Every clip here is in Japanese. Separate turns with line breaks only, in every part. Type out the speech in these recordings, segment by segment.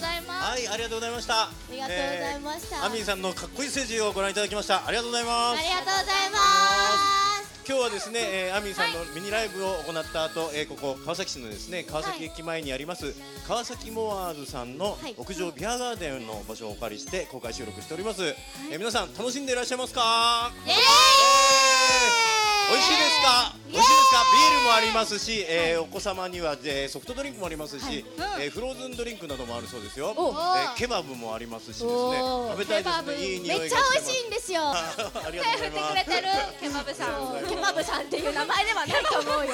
ざいます。
はい、ありがとうございました。あ
ありがとうございました。
アミンさんのかっこいい政治をご覧いただきました。ありがとうござい
あ
ま
り
す。
がとうございます。
今日はですね、えー、アミンさんのミニライブを行った後、えーここ川崎市のですね、川崎駅前にあります、川崎モアーズさんの
はい
屋上ビアガーデンの場所をお借りして公開収録しております。えー皆さん楽しんでいらっしゃいますか？
イエーイ。
美味しいですか、
イエーイ
美味しいですか、ビールもありますし、えーお子様には、えーソフトドリンクもありますし、えーフローズンドリンクなどもあるそうですよ、え
お
ーケバブもありますしですね、食べたいですね、いい匂いが
めっち
して
ゃ
ます。
美味しいんですよ。
ありがとうございます。
てるケバブさん
ありがとうございます
ケバブさんっていう名前ではないと思う よ。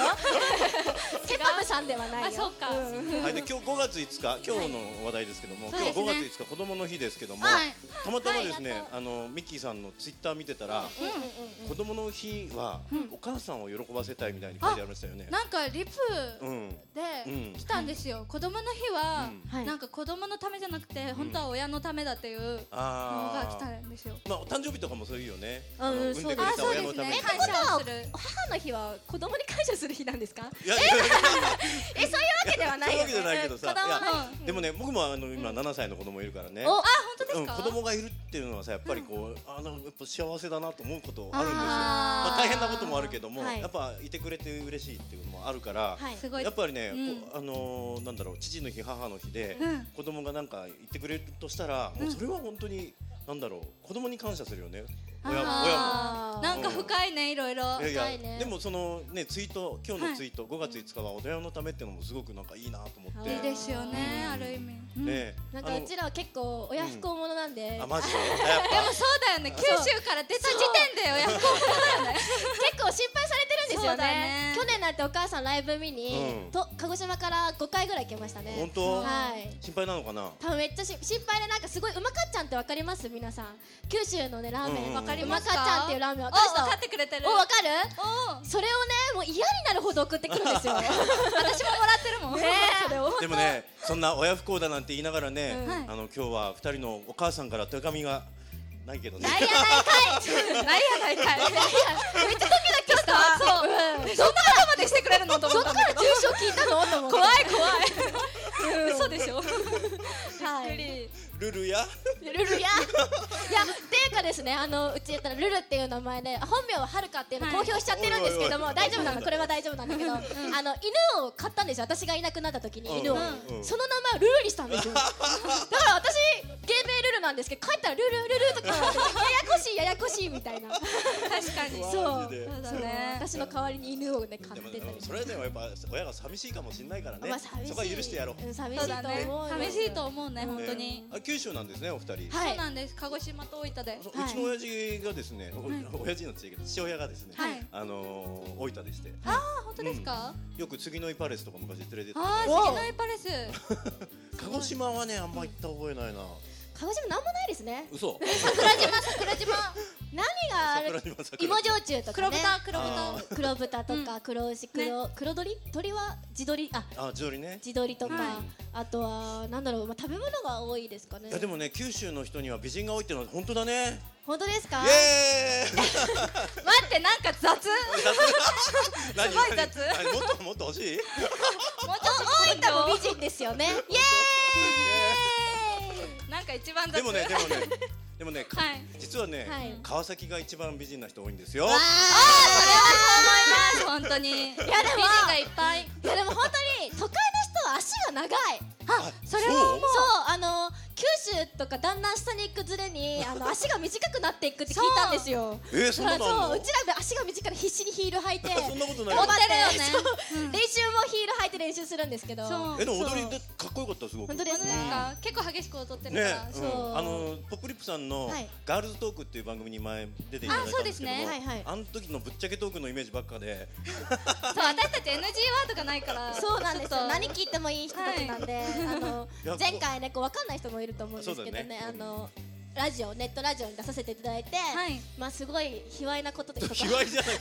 ケバブさんではないよ。
あそうか
はい、で今日5月5日、今日の話題ですけども、今日5月5日、子供の日ですけども、
はい
たまたまですね、
はい
あのミッキーさんのツイッター見てたら、子供の日は、お母さんを喜ばせたいみたいに書いてありましたよね。
なんかリプ
うん、うん
で来たんですよ、子供の日は、
うん
なんか子供のためじゃなくて、本当は親のためだっていうのが
あ
来
あ
た。んですよ。
まあ、お誕生日とかもそういうよね。
うん
あの
うん
産んでくれ
あ、
た
そう
親
で
の
す
ために。
ね。
い
感謝をする。
母の日は子供に感謝する日なんですか
や、そういう
えそういうわけではない
わけじゃないけどさ、
子供
いや
う
でもね、僕もあの今7歳の子供いるからね。
お
うん、子供がいるっていうのはさ、やっぱりこう、あの、やっぱ幸せだなと思うことあるんですよ。
あー
まあ、大変なこともあるけども、
はい
やっぱいてくれて嬉しいっていうのもあるから。
はい
すごい
やっ。ぱりね、
うん
こうあのーなんだろう父の日母の日で、
うん
子供がなんか言ってくれるとしたら、もうそれは本当になんだろう子供に感謝するよね親も親も
あー
なんか深いね、いろいろ。
いや
深
い
い
や
ね
でもそのねツイート今日
は
の
い
ツイート、5月5日は親のためってのもすごくなんかいいなと思って
いいですよね、
うん
ある意味。うん
ね
なんかうちらは結構親不孝者なんで
あのあマジでやっ
でもそうだよね、九州から出た時点で親不孝
結構心配されてるんです
そ
よ
うだ
ね
ね
去年なんてお母さんライブ見
う
に
ん
と鹿児島から5回ぐらい来ました
ぱ
ね
本当、
はい
心配なのかな
多分めっちゃし心配でなんかすごいうまかっちゃんってわかります皆さん九州のねラーメン、
うんうん
わ
わかり
うま
ま
かっ
す
ち
か
ゃんっていうラーメンわかる人
お、分かってくれてる。
お
お、
わかるそれをねもう嫌になるほど送ってくるんですよね
私ももらってるもん。
それを
でもねそんな親不幸だなんて言いながらね、
うんはい
あの今日は2人のお母さんから手紙がないけどね
ないやないか
ないやないかい。
いめっちゃドキドキしたそう、うん
そんなことまでしてくれるのと思
ど
っ
っ
た
か
んだけ
ら
ど
住。所聞いたのと思って
怖い怖い。嘘でしょ。
は
びっく
い
り
ルルや
ルルやいやっていうかですねあのうちやったらルルっていう名前で本名ははるかっていうのを公表しちゃってるんですけども、
はい
大丈夫なのこれは大丈夫なんだけど、あの犬を買ったんですよ私がいなくなった時に犬を、
うんうん
その名前をルルにしたんですよだから私芸名ルルなんですけど帰ったらルルルルとかややこしいややこしいみたいな
確かに。
そう
マジで
そうだ
そう
ね。
私の代わりに犬をね買
で
っ
も
てたり
それでもやっぱ親が寂しいかもしれないからね、
まあ寂しい
そこは許してやろう、
ん寂し
そう
い
だ
と思
ね
うよ。
寂しいと思うね、本当に。
あ九州なんですねお二人、
はい
そうなんです。鹿児島と大分で。
そう
はいう
ちの親父がですね、お親父なんて言うけど父親がですね、
はい
あのー大分でして
あ、本当ですか。
よく次の井パレスとか昔連れてってもら
あ
っ
ー、
おう
次のイパレス。
て鹿児島はねあんま行った覚えないな
鹿児島なんもないですね
嘘
桜島桜島何があ
桜
る
島桜島
芋焼酎と か
黒
ね
豚、黒
あ
豚。
ー
黒豚とか黒牛黒、黒鳥鳥は地鶏あ
あ地鶏ね
地鶏とか、
はい
あとはなんだろうまあ食べ物が多いですかね
いやでもね九州の人には美人が多いってのは本当だね
本当ですか
イエーイ
待って、なん か雑。
何
すごい雑
何何もっともっと欲しいイエ
もうちょっと
でも
多い
美人ですよねイエーイ
と。なんか一番
ーイ
雑。
でもねでもねでもね、か
はい。
実はね、
はい
川崎が一番美人な人多いんですよ
あ
それはそう思います
あ
本当にいやでも
も
がいっぱい
いやでも本当に都会の人は足が長い
あそれは思う
そうあの九州とかだんだん下に行くずれ にあの足が短くなっていくって聞いたんですよ
えー、そんなのあん
そ
の
ううちらで足が短いから必死にヒール履いて
そんなことない
頑張っ
踊っ
て
てるよね
そう練習もヒール履いて練習するんですけど
そう
えでも
そう
踊りでかっこよかったすごく
本当ですね
なんか結構激しく踊ってるか
ね
ら、
う、
そうん
あのポップリップさんの
はい
「ガールズトーク」っていう番組に前出ていただいたんですけども
あそう
ですねはいはい
あの時のぶっちゃけトークのイメージばっかで
そう私たち NG ワードがないから
そうなんです
ちょ
よ
っと
何聞いてもいい人たちなんで、あの
いや
前回ねこう分かんない人もいると思うんですけどね
そうだね
あのラジオネットラジオに出させていただいて、
はい
まあすごい卑猥なことでとか
卑猥じゃない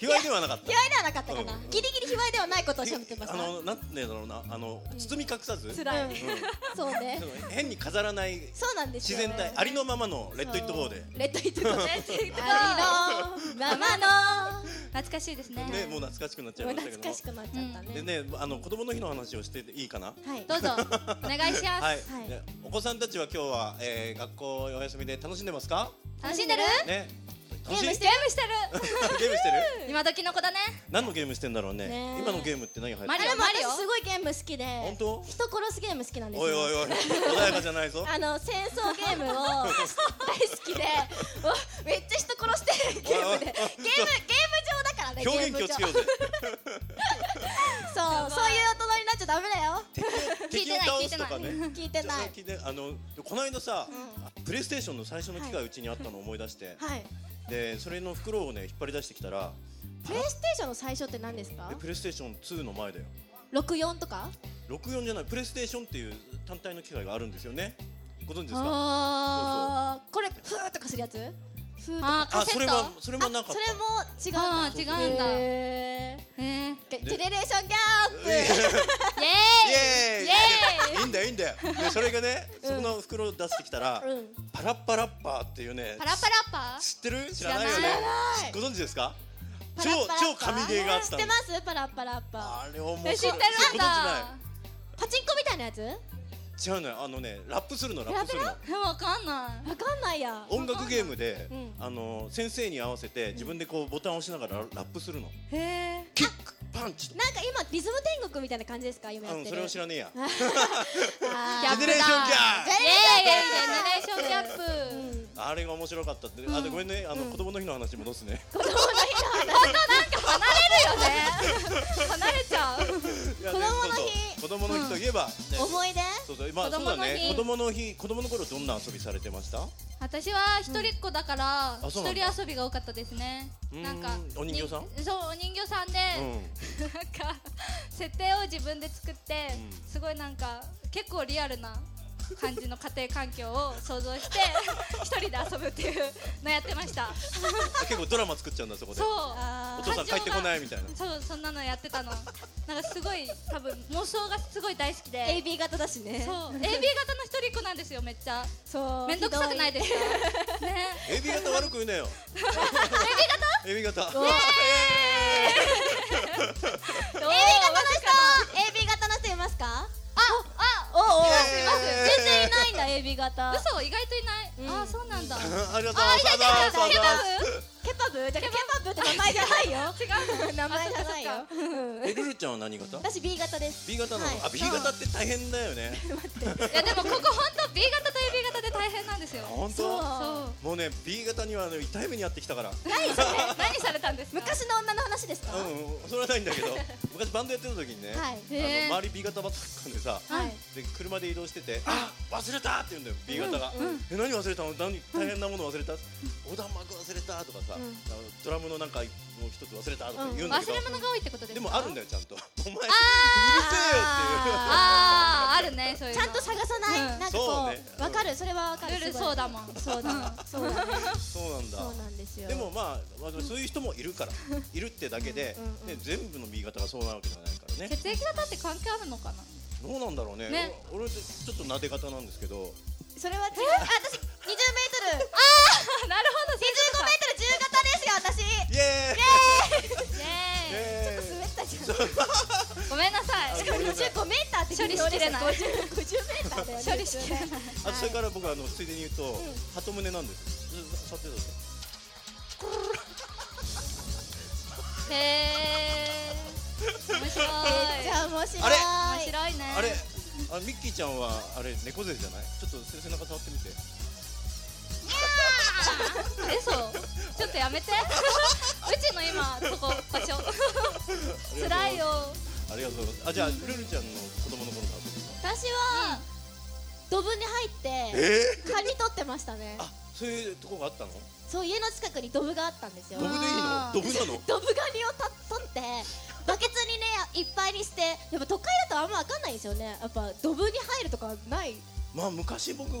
卑猥ではなかっ
卑
た
猥ではなかったかな、
うん
ギリギリ卑猥ではないことを喋ってまし
あ
た
のなんて言うんだろうなあの包み隠さず、
辛い、
うん
そうね
その変に飾らない
そうなんです
自
よ
然体あり のままの「レッド・イット・ゴー」で
レッドイットゴー
レッドイットゴー
ありのままの
懐かしいですね。
ね、もう懐かしくなっちゃいましたけ
懐か
ども
しくなっちゃった
で
ね。
ね、あの子供の日の話をしていいかな
はい。
どうぞ、お願いします。
は
はい
い、ねお子さんたちは今日は、えー、学校お休みで楽しんでますか
楽しんでる。
ね
ゲームして
ゲームしてる。
ゲームしてる
今時の子だね。
何のゲームしてんだろうね
ねえ
今のゲームって何流行って
マ
あ
リ
で
オ
も私すごいゲーム好きで
本当
人殺すゲーム好きなんですよ
おいおいおい穏やかじゃないぞ
あの戦争ゲームを大好 きでわめっちゃ人殺してるゲームで ゲームゲーム上だからね
表現気をつけようぜ
そうそういう大人になっちゃダメだよ
聞い
敵
て
を
ない
倒すとか
聞いて
ね
聞いて
じゃあ
ない
聞いてあのこの間さ、プレイステーションの最初の機械うちにあったの思い出して、
はい
でそれの袋をね引っ張り出してきたら
プレイステーションの最初って何ですか
えプレイステーション2の前だよ
64とか
64じゃないプレイステーションっていう単体の機械があるんですよねご存知ですか
ああこれフーとかするやつフーとか
あー、カセ
そ
ッ
れ
ト。
はそれもなかった
それも違
あ
う
ー、違
も
うんだ。へ
へ
え。イエーイ。
ーテレレーションギャップ
イエー
イ
イ
エーイ
いいんだよいいんだよでそれがね、その袋を出してきたら、
うん
パラッパラッパーっていうね
パラパラッパー。
知ってる知らないよねご存知ですか超超神ゲーがあっ
知
た
っ
の
てますパラッパラッパ
あれ面白
え
い
知ってるんだ。
パチンコみたいなやつわ
知らない違うのよあのねラップするのラップするの
え、わかんない。
かんないや
音楽ゲームで、
うん
あの先生に合わせて自分でこうボタンを押しながらラップするの
へえ。
キックパンチと
なんか今リズム天国みたいな感じですか今や
う
っ
ん
て
そ
る
れを知らねえや
あ
ギャ
ジ
ッ
ェ
プだ
ネレーションギ
イエーイ、ジェネレ
ャー
ーションギャップ。
あれが面白かったって、あでごめんねあの、子供の日の話戻すね
離れちゃう。
子
供の日
子供の日といえば、ね
ー思い出
そうそうまあ
子
そう
供の
だ
日
ね子供の日子供の頃どんな遊びされてました
私は一人っ子だから、
うんあ
一
そうなん
人
だ
遊びが多かったですね
うーん
なんか
お人形さん
にそうお人形さんで、
う
なんか設定を自分で作って、
うん
すごいなんか結構リアルな感じの家庭環境を想像 して一人で遊ぶっていうのやってました
ん結構ドラマ作っちゃうんだそこで
そう
お父さん帰ってこないみたいな
そうそんなのやってたのなんかすごい多分妄想がすごい大好きで
AB 型だしね
そう AB 型の一人っ子なんですよめっちゃ
そう
めんどくさくない
で
ですかね
AB 型悪く言 うなよ AB 型 ?AB 型
わ
どう
AB 型の人 AB 型の人いますかああおおお
イエーイいます
全然いないんだ AB 型
嘘意外といない、
うん
ああそうなんだ
ありがとうありがとうありがとう
ケパブだからケパブって名前じゃないよ違 う名前じゃないよ
あ
えルルちゃんは何型
私 B 型です
B 型なの、
はい
あ B 型って大変だよね
いやでもここ本当 B 型と AB 型で大変なんですよ
本
そう
当
そう
もうね B 型にはあの痛い目にあってきたから
何それ何されたんですか
昔の女の話ですか
うんうんそれはないんだけど昔バンドやってた時にね、
はい
へ
あ
ー
の周り B 型ばっかりでさ、
はい
で車で移動してて「あ忘れた!」って言うんだよ B 型が「え何忘れたの何大変なもの忘れた横断幕忘れた」とかさ、あのドラムのなんかもう一つ忘れた」とか言うんだ
忘
けど、
れ物が多いってことですか
でもあるんだよちゃんとお前うるせえよっ
あーあるねそういう
ち
の
ゃんと探さない、
うん
なんかこ
そう
う
ね
わ、かるそれはわかる
ルール
すごい
そうだもん
そうだそうだね
ていうそうなんだ
そうなんですよ
でもまあ、まあ、そういう人もいる からいるってだけで、ね、全部の B 型がそうなわけじゃないからね
血液型って関係あるのか な
どうなんだろうね
ね
お俺ちょっとなで型なんですけど
それは違うあ私20メートル
あなるほど
25メートル自由形ですよ私
イエーイイ
ね
エーイ
滑ったじゃん
ごめんなさい
しかも25メーターって
処理しきれない
50メーターだよね
処理しきれない
普通ね
あそれから僕あのついでに言うと、鳩胸なんですずず触ってどうぞ
へえ面白い
じゃあ面白い
あれ
面白いね
あれあミッキーちゃんはあれ猫背じゃないちょっと背背中触ってみて
えそうちょっとや めてうちの今そこ場所辛いよ
ありがとうございますあじゃあ、ルルちゃんの子供の頃の遊び
私 は、ドブに入って
え
カニ取ってましたね
あそういうとこがあったの
そう家の近くにドブがあったんですよ
ドブでいいの
あー
ドブなの
ドブガニをた取ってバケツにねいっぱいにしてやっぱ都会だとあんま分かんないんですよねやっぱドブに入るとかない
まあ昔僕う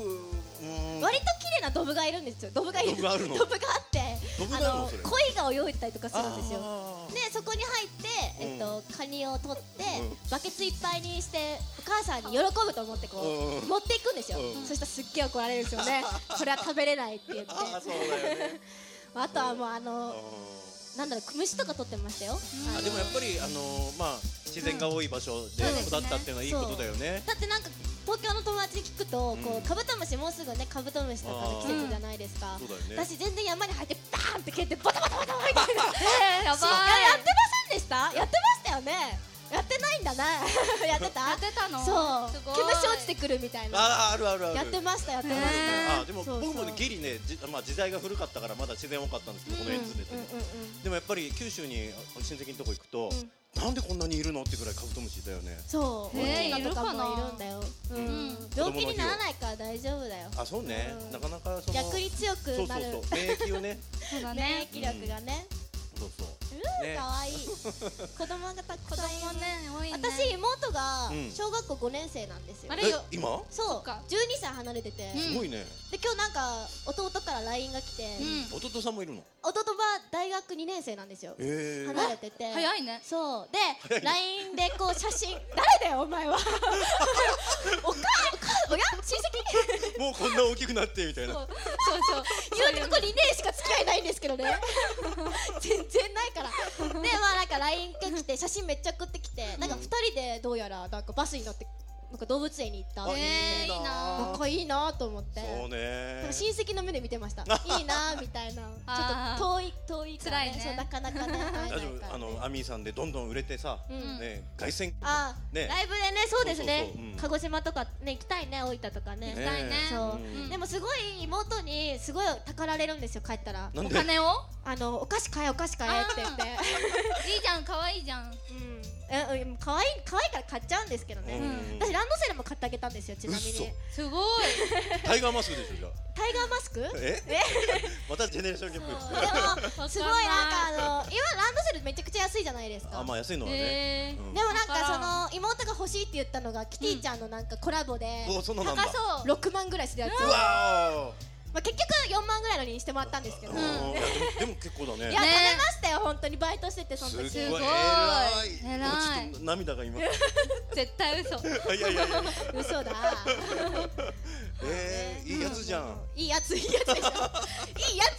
ーん
割と綺麗なドブがいるんですよドブがいる
ドブがあるの
ドブがあって
ドブなの
あの
それ
鯉が泳いでたりとかするんですよ
あー
でそこに入って、えっとカニを取って、
う
バケツいっぱいにしてお母さんに喜ぶと思ってこう、
うん
持っていくんですよ、
うん
そしたらすっげえ怒られるんで すよねこれは食べれないって言って
あーそうだよね
あとはもうあの
あー
なんだろう虫とか取ってましたよ、
あでもやっぱりあのーまあ自然が多い場所で
うん
育ったっていうのはいいことだよね。
だってなんか東京の友達に聞くと、こうカブトムシもうすぐねカブトムシとかの季節じゃないですか、
そうだよね。
私全然山に入ってバーンって蹴ってバタバタバタみたいな
えー、やば
ややってませんでしたやってましたよねやってない んだねやって
いや
た
ってたの
そ
す
う
ごい
毛虫落ちてくるみたいな
ああるあるある。
やってましたやってまし
ね
た
あでも
そうそう
僕もねギリねじまあ時代が古かったからまだ自然多かったんですけどこの辺ずれてね。
うんうんうん
でもやっぱり九州に親戚のとこ行くと、なんでこんなにいるのってぐらいカブトムシいたよね。
そう、
ねえ
大きいのとかもいるんだよ、うんん、病気にならないから大丈夫だよ
あそうね、
うん
なかなかその
逆に強く
そうそ
な
う
る
そう免疫をね
そうだ
免
ね
疫力がね
そうそう
うん
ね
可愛 い子供がたく
子
さんい
供
る
ね多いね
私妹が
うん
小学校5年生なんですよ
あれ
え
よ
今
そ
そうっか
12歳離れてて
うん
すごいね、
で今日なんか弟から LINE が来て
うん
弟さんもいるの
弟は大学2年生なんですよ
え
離れてて
早いね
そう
早
で
いね
LINE でこう写真 誰だよお前 はおかおか親親戚
もうこんな大きくなってみたいな
そうそう
言うてここ2年しか付き合いないんですけ どね全然ないからでまあなんか LINE が来て写真めっちゃ送ってきてなんか2人でどうやらなんかバスに乗ってなんか動物園に行った
あ
えーいいな
仲いいなと思って
そうね
多分親戚の目で見て ましたいいなみたいな
あー
ちょっと遠い遠いからね
辛いね
そうなかなかね会えな
大
い
丈
か
夫
らね
あのアミーさんでどんどん売れてさ、
うん
ね凱旋
あー
ね
ライブでねそうですね
そうそうそううん
鹿児島とかね行きたいね大分とかね
ね
たいね
そう
うん
でもすごい妹にすごいたかられるんですよ帰ったら
なん
お
で
金を
あのお菓子買えお菓子買えって言って
いいじゃん可愛いじゃん
うんえうん可愛い可愛いから買っちゃうんですけどね
うん
私ランドセルも買ってあげたんですよちなみに
嘘
すごい
タイガーマスクでしょじゃあ
タイガーマスク
え またジェネレーションギャップ
そうでもすごいなんかあの今ランドセルめちゃくちゃ安いじゃないですか
あまあ安いのはね、
え
うん
でもなん
わから
かその妹が欲しいって言ったのがキティちゃんのなんかコラボで
おそんなのなんだ
高そう
6万ぐらいするやつ、
うわ
まあ、結局4万ぐらいのにしてもらったんですけど、
ー、うん
い
いやでもでも結構だね
や食べ
ね
ましたよ本当にバイトしててその
す
時
ごい
すごい
偉い
偉い
もうちょっと涙が今 い
絶対嘘
やいやいや
嘘だ
えー、いいやつじゃん
いいやついいやつでしょいいや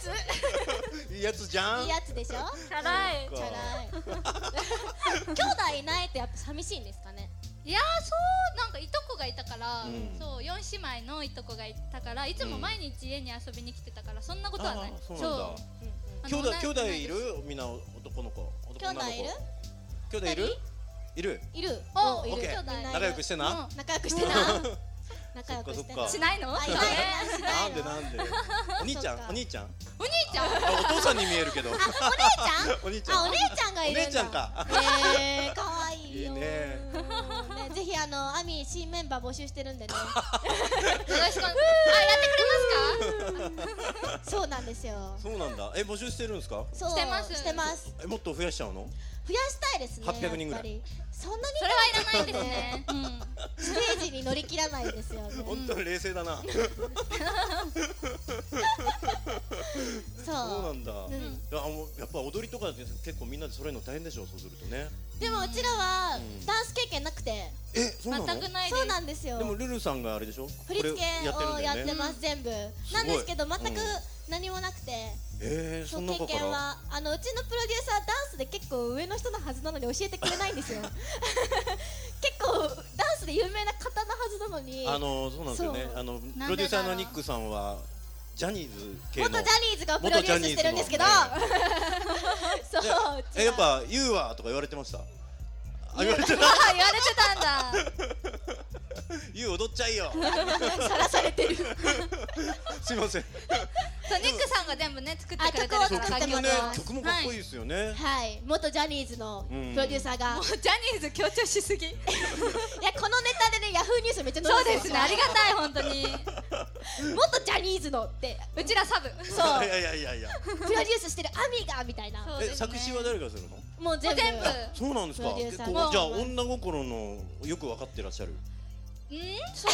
つ
いいやつじゃん
いいやつでしょ
チャラい
チャラい兄弟いないとやっぱ寂しいんですかね
いやーそうなんかいとこがいたから、
うん
そう四姉妹のいとこがいたからいつも毎日家に遊びに来てたからそんなことはない、
あーそうなんだ
あ
兄
の
弟
ない
兄弟いる
ないです
みんな男の子
兄
男の
弟
子
いる
兄弟いるいる
いる
お
うんい
オッケ
るみ
ー
んないる
仲良くしてな、
仲良く してな仲良くして
そっかそっ
な
か
しないの
あいないなしない
なんで
の
なんでお兄ちゃん
そっか
お兄ちゃんあ
お兄ちゃん
お父さんに見える けどお兄ちゃん
あお姉ちゃんがいるんだ
お姉ちゃんか
えー、かわいいよ
いいね
うんねぜひあのアミ新メンバー募集してる んでね
よろしくあやってくれますか
そうなんですよ
そうなんだえ募集してるんですか
そう
してます
してます
えもっと増やしちゃうの
増やしたいですね
800人ぐらい
やっぱりそんなに
それはいらないですね、うん、
ステージに乗り切らないですよね
本当に冷静 だな
そう
そうなんだ
うん
あもうやっぱ踊りとかで結構みんなで揃えるの大変でしょそうするとね
でもうちらは
うん
ダンス経験なくて
えそうなの
全くないです
そうなんですよ
でもルルさんがあれでしょ
振り付
こ
け
れ
をや
やっ
って
るん
て
だよね
ます全部
ごい
なんですけど全く
うん
何もなくて
えー、
そ
そん
う
な
経
子か
験
ら
はあのうちのプロデューサーダンスで結構上の人のはずなのに教えてくれないん ですよ結構ダンスで有名な方のはずなのに
あのそうなんですよね
そう
あのプ
だろう
ロデューサーのニックさんはジャニーズ系の
元ジャニーズがプロデュースしてるんですけど、
元
そう
で
うちは
えやっぱ「言うわ」とか言われてましたあ言われて
あ言われてたんだ
「言う踊っちゃいよ
さらされてる」
すい ません
そうニックさんが全部ね作ってくれてるか
あ曲を
ら
作って
曲
も
もね
らってます
曲もかっこいいですよね、
はい元ジャニーズのプロデューサーが、
もう
い
ジャニーズ強調しすぎ
やこのネタでねヤフーニュースめっちゃ載
そう
って
で
るん
すねありがたい本当に
元ジャニーズのって
うちらサブ
そう
いやいやいやいや
プロデュースしてるアミがみたいな
そうで
え
すね
作詞は誰がするの
もう全部
全部
そうなんですか
プロデュー
結
サー
構じゃあ
もう
女心のよく分かってらっしゃる
うんそう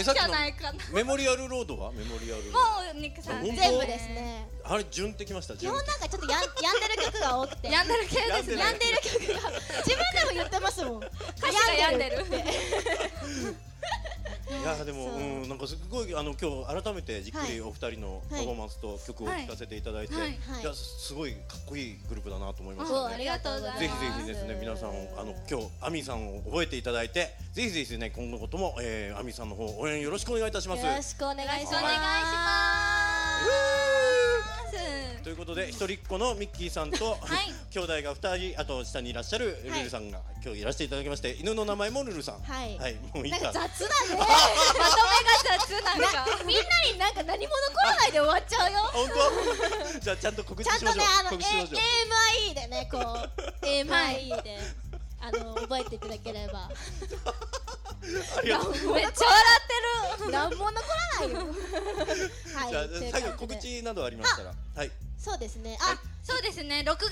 えさっ
じ
き
ゃ
の
ないかな
メモリアルロードはメモリアルロード
もうニックさん
全部
全部ですね
あれ順ってきました
基
順
本なんかちょっとやんやんでる曲が多くて
やんでる系
や
で
ん
す
で
ね
る
やんでる曲が自分でも言ってますもん歌
詞が病んでる
って
えやで
そ
も
う
うんなんかすごいあの今日改めてじっくりお二人のパ
はい
フォーマンスと曲を
はい
聴かせていただいて、
はい
い
はい
やすごいかっこいいグループだなと思いまし
お
た
あ
ね。
りがとうございます
ぜひぜひですね皆さんあの今日アミさんを覚えていただいてぜひぜひですね今後のことも、えー、アミさんの方応援よろしくお願いいたします。
よろしくお願いします
お願いし
す
ということで一人っ子のミッキーさんと、
い
兄弟が2人あと下にいらっしゃるルルさんが、今日いらしていただきまして犬の名前もルルさん
はい
もういい
なんか
か
雑だ ね
まとめが雑なんか
みんなになんか何も残らないで終わっちゃうよ
本当 じゃあちゃんと告
ち
知
ゃん
しま
と
しょ
ね
う、
あの、
告知しましょう
A- AMIE でねこう AMIE であの覚えていただければ
ありがとう
めっちゃ笑ってる
何も残らない よはい
じゃあ
という
最後
ことで
告知などありましたらはい
そうですね
あ
あ
そうですね6月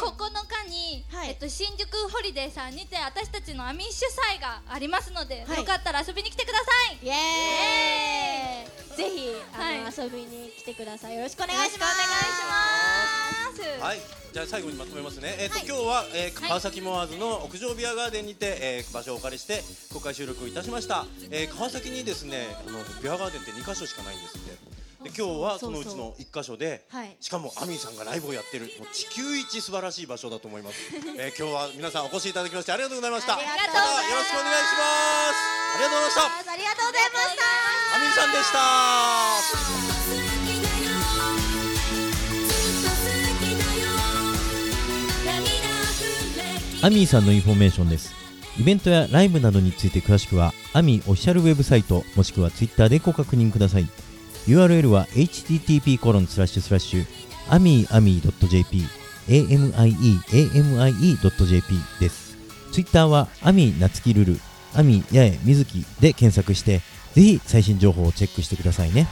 9日に、
うんはい
えっと、新宿ホリデーさんにて私たちのアミッシュ祭がありますので、
はい
よかったら遊びに来てください
イエーイぜひあの遊びに来てくださいよろしくお願いします
お願いします
はいじゃあ最後にまとめますね、えっと今日は、えー川崎モアーズの屋上ビアガーデンにて、えー場所をお借りして公開収録をいたしました、えー川崎にですねあのビアガーデンって2カ所しかないんですってで今日はそのうちの1カ所で
はい
しかもアミーさんがライブをやってるもう地球一素晴らしい場所だと 思います、えー今日は皆さんお越しいただきましてありがとうございました
ありがとうご
ま
ざいます
たよろしくお願いしますありがとうございました
ありがとうございました
アミーさんでした
アミーさんのインフォメーションですイベントやライブなどについて詳しくはアミーオフィシャルウェブサイトもしくはツイッターでご確認ください URL は http コロンスラッシュスラッシュアミーアミー .jp amieamie.jp ですツイッターはアミーなつきルルアミー八重みずきで検索してぜひ最新情報をチェックしてくださいね